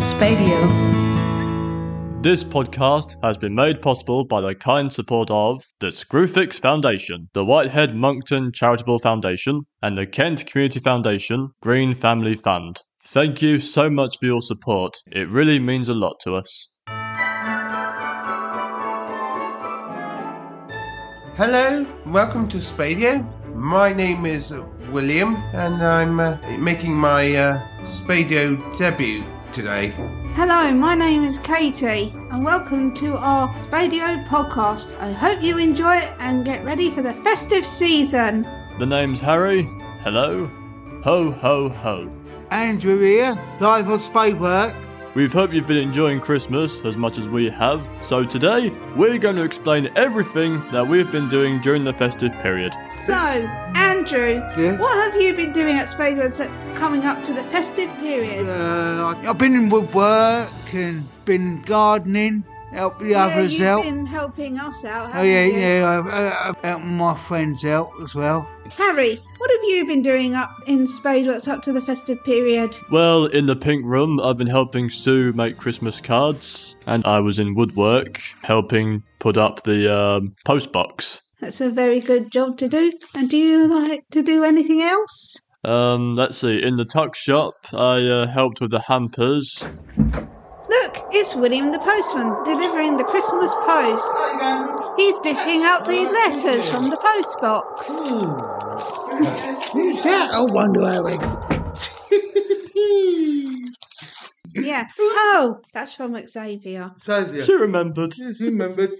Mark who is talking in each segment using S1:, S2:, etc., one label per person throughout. S1: Spadio.
S2: This podcast has been made possible by the kind support of the Screwfix Foundation, the Whitehead Moncton Charitable Foundation, and the Kent Community Foundation Green Family Fund. Thank you so much for your support. It really means a lot to us.
S3: Hello, welcome to Spadio. My name is uh, William, and I'm uh, making my uh, Spadio debut today.
S4: Hello, my name is Katie, and welcome to our Spadio podcast. I hope you enjoy it and get ready for the festive season.
S2: The name's Harry. Hello. Ho, ho, ho.
S5: Andrew here, live on Spadework.
S2: We hope you've been enjoying Christmas as much as we have, so today we're going to explain everything that we've been doing during the festive period.
S4: So, Andrew,
S5: Yes?
S4: what have you been doing at Spadio s- coming up to the festive period?
S5: Uh, I've been in woodwork and been gardening, help the
S4: Yeah,
S5: others
S4: you've
S5: out.
S4: been helping us out.
S5: Oh
S4: haven't
S5: yeah,
S4: you?
S5: yeah, I've, uh, I've helped my friends out as well.
S4: Harry, what have you been doing up in Spade? What's up to the festive period?
S2: Well, in the pink room, I've been helping Sue make Christmas cards, and I was in woodwork helping put up the um, post box.
S4: That's a very good job to do. And do you like to do anything else?
S2: Um, let's see. In the tuck shop, I uh, helped with the hampers.
S4: Look, it's William the postman delivering the Christmas post. He's dishing out the letters from the postbox.
S6: Who's that? I wonder, Harry.
S4: Yeah. Oh, that's from Xavier.
S3: So,
S2: She remembered.
S3: remembered.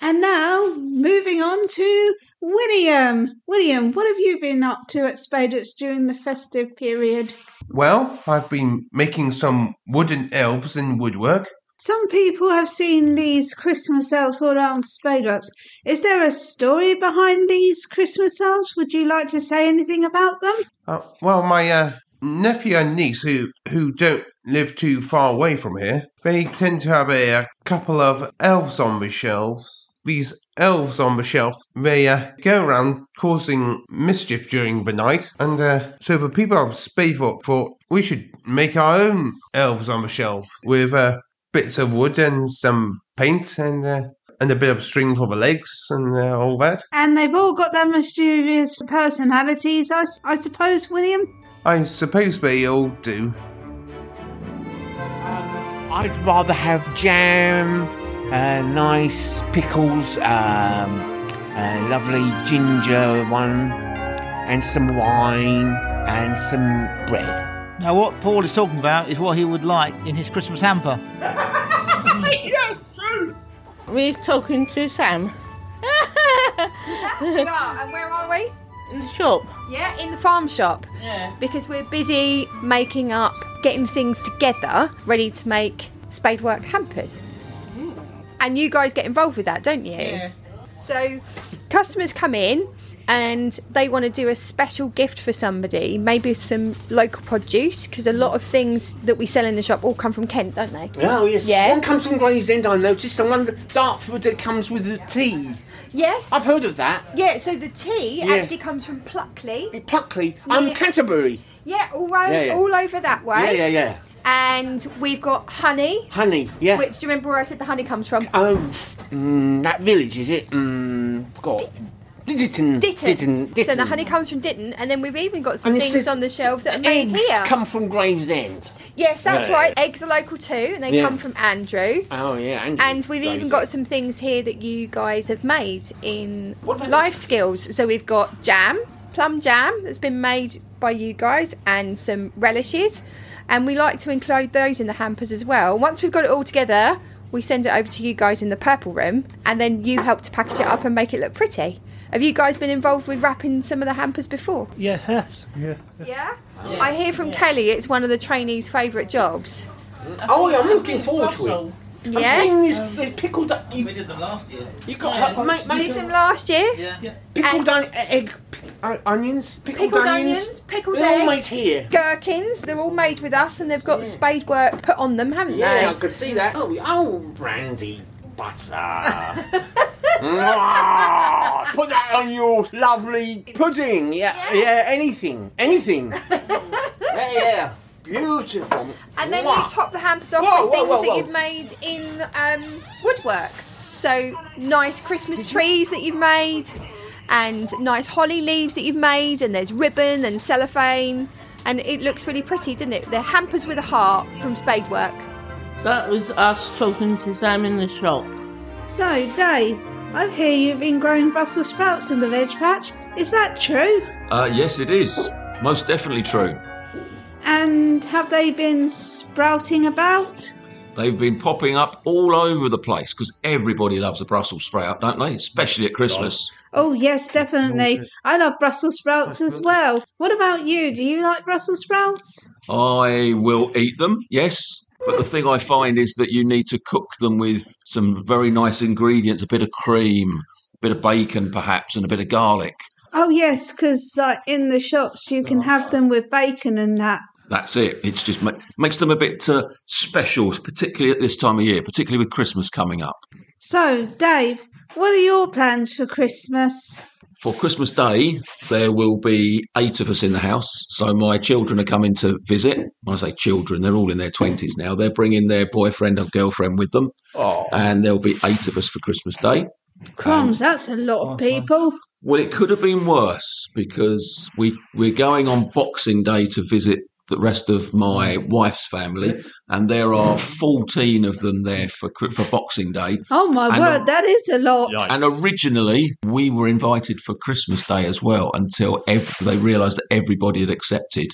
S4: And now moving on to William. William, what have you been up to at Spadets during the festive period?
S3: Well, I've been making some wooden elves in woodwork.
S4: Some people have seen these Christmas elves all around Spadox. Is there a story behind these Christmas elves? Would you like to say anything about them?
S3: Uh, well, my uh, nephew and niece, who who don't live too far away from here, they tend to have a, uh couple of elves on the shelves. These elves on the shelf, they uh, go around causing mischief during the night, and uh, so the people of Spadefort thought we should make our own elves on the shelf with uh, bits of wood and some paint and uh, and a bit of string for the legs and uh, all that.
S4: And they've all got their mysterious personalities, I, s- I suppose, William?
S3: I suppose they all do.
S7: Um, I'd rather have jam, uh, nice pickles, um, a lovely ginger one, and some wine, and some bread.
S6: Now, what Paul is talking about is what he would like in his Christmas hamper.
S8: We're talking to Sam
S9: we are, and where are we?
S8: in the shop.
S9: Yeah, in the farm shop. Yeah. Because we're busy making up, getting things together, ready to make spade work hampers. And you guys get involved with that, don't you? Yeah. So, customers come in and they want to do a special gift for somebody, maybe some local produce, because a lot of things that we sell in the shop all come from Kent, don't they?
S7: Oh, yes.
S9: Yeah.
S7: One comes from Glazed End, I noticed, and one Dartford that comes with the tea.
S9: Yes.
S7: I've heard of that.
S9: yeah, so the tea
S7: Yeah.
S9: actually comes from Pluckley.
S7: Pluckley. I'm
S9: Yeah.
S7: Canterbury.
S9: Yeah, all, ro-
S7: Yeah, yeah.
S9: all over that way.
S7: Yeah, yeah, yeah.
S9: And we've got honey,
S7: Honey, yeah.
S9: Which do you remember where I said the honey comes from?
S7: Um, mm, that village, is it? Mm, God. Ditton.
S9: Ditton.
S7: Ditton.
S9: So the
S7: Ditton.
S9: honey comes from Ditton, and then we've even got some
S7: And it
S9: things
S7: says
S9: on the shelves that are
S7: Eggs
S9: made here.
S7: come from Gravesend.
S9: yes, that's
S7: Yeah.
S9: right. Eggs are local too, and they
S7: Yeah.
S9: come from Andrew.
S7: Oh yeah,
S9: And we've even got some things here that you guys have made in
S7: What about
S9: life
S7: this?
S9: skills. So we've got jam, plum jam that's been made by you guys, and some relishes. And we like to include those in the hampers as well. Once we've got it all together, we send it over to you guys in the purple room, and then you help to package it up and make it look pretty. Have you guys been involved with wrapping some of the hampers before?
S6: Yeah, has. Yeah.
S9: Yeah. I hear from Kelly it's one of the trainees' favourite jobs.
S7: Oh, yeah, I'm looking forward to it. I've
S9: Yeah.
S7: seen this the pickled you,
S6: did them last year.
S7: you got uh, ma- ma-
S9: Did them last year.
S7: pickled on- egg pic- uh, onions, pickled,
S9: pickled onions, pickled
S7: They're all
S9: eggs,
S7: made here.
S9: gherkins. They're all made with us, and they've got spade work put on them, haven't
S7: Yeah, I
S9: they?
S7: could see that. Oh, oh brandy butter. Mwah! Put that on your lovely pudding. Yeah, yeah, anything, anything. yeah, yeah. beautiful.
S9: And then
S7: Mwah.
S9: you top the hampers off
S7: Whoa, whoa,
S9: with things
S7: whoa,
S9: that
S7: whoa.
S9: you've made in um, woodwork. So nice Christmas trees that you've made, and nice holly leaves that you've made, and there's ribbon and cellophane, and it looks really pretty, doesn't it? They're hampers with a heart from Spadework.
S8: That was us talking to Sam in the shop.
S4: So, Dave, I hear you've been growing Brussels sprouts in the veg patch. Is that true?
S1: Uh, yes, it is. Most definitely true.
S4: And have they been sprouting about?
S1: They've been popping up all over the place because everybody loves a Brussels sprout, don't they? Especially at Christmas.
S4: Oh, yes, definitely. I love Brussels sprouts as well. What about you? Do you like Brussels sprouts?
S1: I will eat them, yes. But the thing I find is that you need to cook them with some very nice ingredients a bit of cream, a bit of bacon, perhaps, and a bit of garlic.
S4: Oh, yes, because like, in the shops you can have them with bacon and that.
S1: That's it. It's just ma- makes them a bit uh, special, particularly at this time of year, particularly with Christmas coming up.
S4: So, Dave, what are your plans for Christmas?
S1: For Christmas Day, there will be eight of us in the house. So my children are coming to visit. When I say children, they're all in their 20s now. They're bringing their boyfriend or girlfriend with them. And there'll be eight of us for Christmas Day.
S4: Crumbs, that's a lot of people.
S1: Well, it could have been worse because we, we're going on Boxing Day to visit the rest of my wife's family. And there are 14 of them there for, Chri- for Boxing Day.
S4: Oh, my
S1: And
S4: word,
S1: a-
S4: that is a lot.
S2: Yikes.
S1: And originally, we were invited for Christmas Day as well until ev- they realised that everybody had accepted.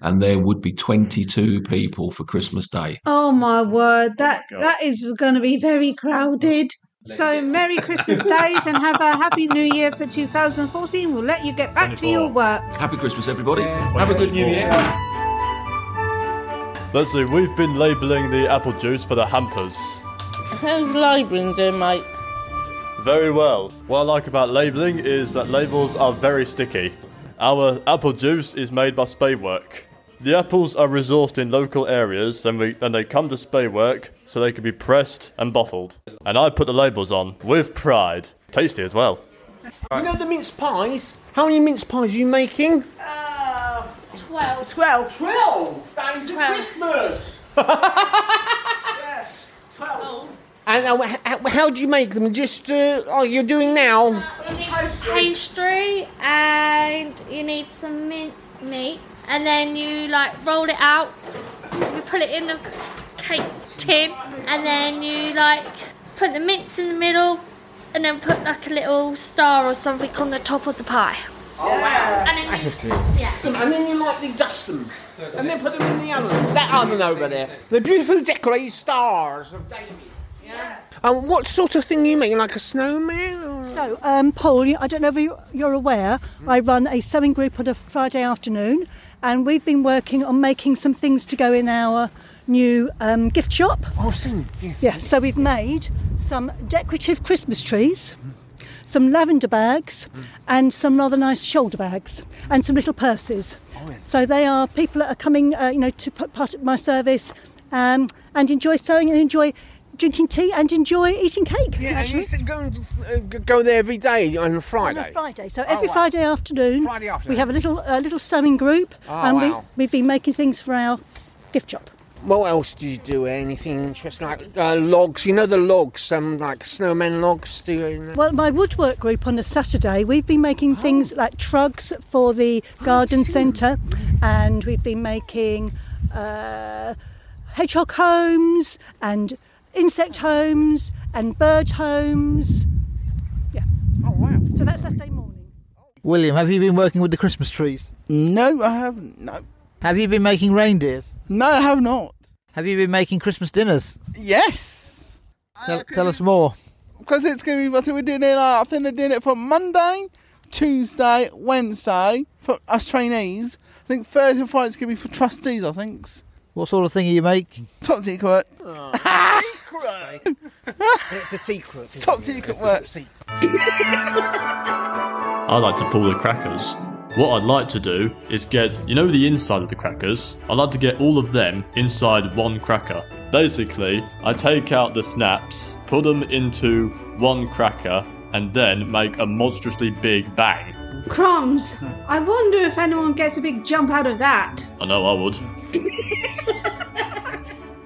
S1: And there would be 22 people for Christmas Day.
S4: Oh my word, that
S2: God.
S4: that is going to be very crowded. So Merry Christmas, Dave, and have a happy New Year for 2014. We'll let you get back to your
S2: 24.
S4: work.
S1: Happy Christmas, everybody. Have a good New Year.
S2: Let's see, we've been labelling the apple juice for the hampers.
S8: How's Libran doing, mate?
S2: Very well. What I like about labelling is that labels are very sticky. Our apple juice is made by Spaywork. The apples are resourced in local areas and, we, and they come to Spaywork so they can be pressed and bottled. And I put the labels on with pride. Tasty as well.
S7: You know the mince pies? How many mince pies are you making?
S8: Uh, Twelve. Twelve.
S7: Twelve! That is
S8: Twelve.
S7: Christmas! And uh, wh- how, how do you make them? Just uh, like you're doing now?
S10: pastry and you need some mint meat and then you like roll it out you put it in the cake tin and then you like put the mince in the middle and then put like a little star or something on the top of the pie oh wow and then you, yeah
S7: Them, And then you lightly dust them. And then put them in the oven. That oven over there. The beautiful decorated stars of David. Yeah. And what sort of thing are you making? Like a snowman? Or?
S10: So, um, Paul, you- I don't know if you- you're aware, I run a sewing group on a Friday afternoon, and we've been working on making some things to go in our new um, gift shop.
S7: Oh, sing. Yeah.
S10: Yeah, so we've made some decorative Christmas trees, some lavender bags, and some rather nice shoulder bags, and some little purses.
S7: Oh,
S10: So they are people that are coming, uh, you know, to put part of my service um, and enjoy sewing and enjoy drinking tea and enjoy eating cake.
S7: Yeah, and
S10: actually.
S7: you said go, uh, go there every day on a Friday.
S10: On a Friday. So every
S7: Oh, wow.
S10: Friday, afternoon,
S7: Friday afternoon. Oh,
S10: we have a little a little sewing group, and
S7: wow.
S10: we, we've been making things for our gift shop.
S7: What else do you do? Anything interesting like uh, logs? You know the logs, some like snowman logs. Do you know?
S10: Well, my woodwork group on a Saturday, we've been making things like trugs for the garden centre, and we've been making uh, hedgehog homes and insect homes and bird homes. Yeah.
S7: Oh wow!
S10: So that's Saturday morning.
S5: William, have you been working with the Christmas trees?
S11: No, I haven't. No,
S5: Have you been making reindeers?
S11: no, I have not.
S5: Have you been making Christmas dinners?
S11: Yes,
S5: Tell, tell us more.
S11: because it's going to be. I think we're doing it. Like, I think they're doing it for Monday, Tuesday, Wednesday for us trainees. I think Thursday and Friday's going to be for trustees. I think.
S5: What sort of thing are you making?
S11: Top secret work.
S7: It's a secret.
S11: Top secret work.
S2: I like to pull the crackers. What I'd like to do is get, you know, the inside of the crackers? I'd like to get all of them inside one cracker. Basically, I take out the snaps, put them into one cracker, and then make a monstrously big bang.
S4: Crumbs, I wonder if anyone gets a big jump out of that.
S2: I know I would.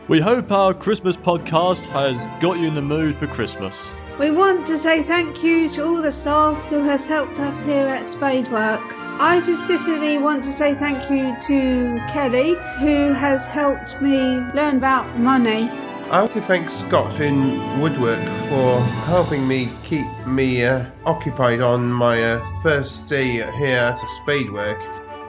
S2: We hope our Christmas podcast has got you in the mood for Christmas.
S4: We want to say thank you to all the staff who has helped us here at Spadework. I specifically want to say thank you to Kelly, who has helped me learn about money.
S3: I want to thank Scott in Woodwork for helping me keep me uh, occupied on my uh, first day here at Spadework.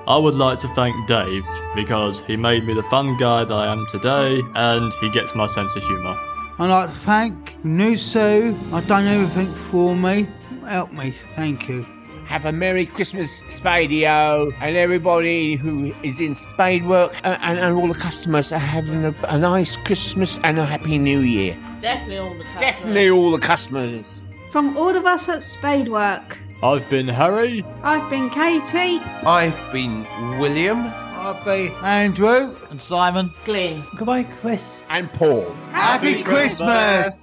S2: I would like to thank Dave because he made me the fun guy that I am today and he gets my sense of humour.
S5: I'd like to thank Nusu. I've done everything for me. Help me. Thank you.
S7: Have a Merry Christmas, Spadio, and everybody who is in spade work, a- and, and all the customers are having a, a nice Christmas and a Happy New Year.
S8: Definitely all the time.
S7: Definitely all the customers.
S4: From all of us at Spadework,
S2: I've been Harry.
S4: I've been Katie.
S3: I've been William.
S5: I've been Andrew.
S6: And Simon.
S8: Glenn.
S6: Goodbye, Chris.
S7: And Paul.
S5: Happy Christmas.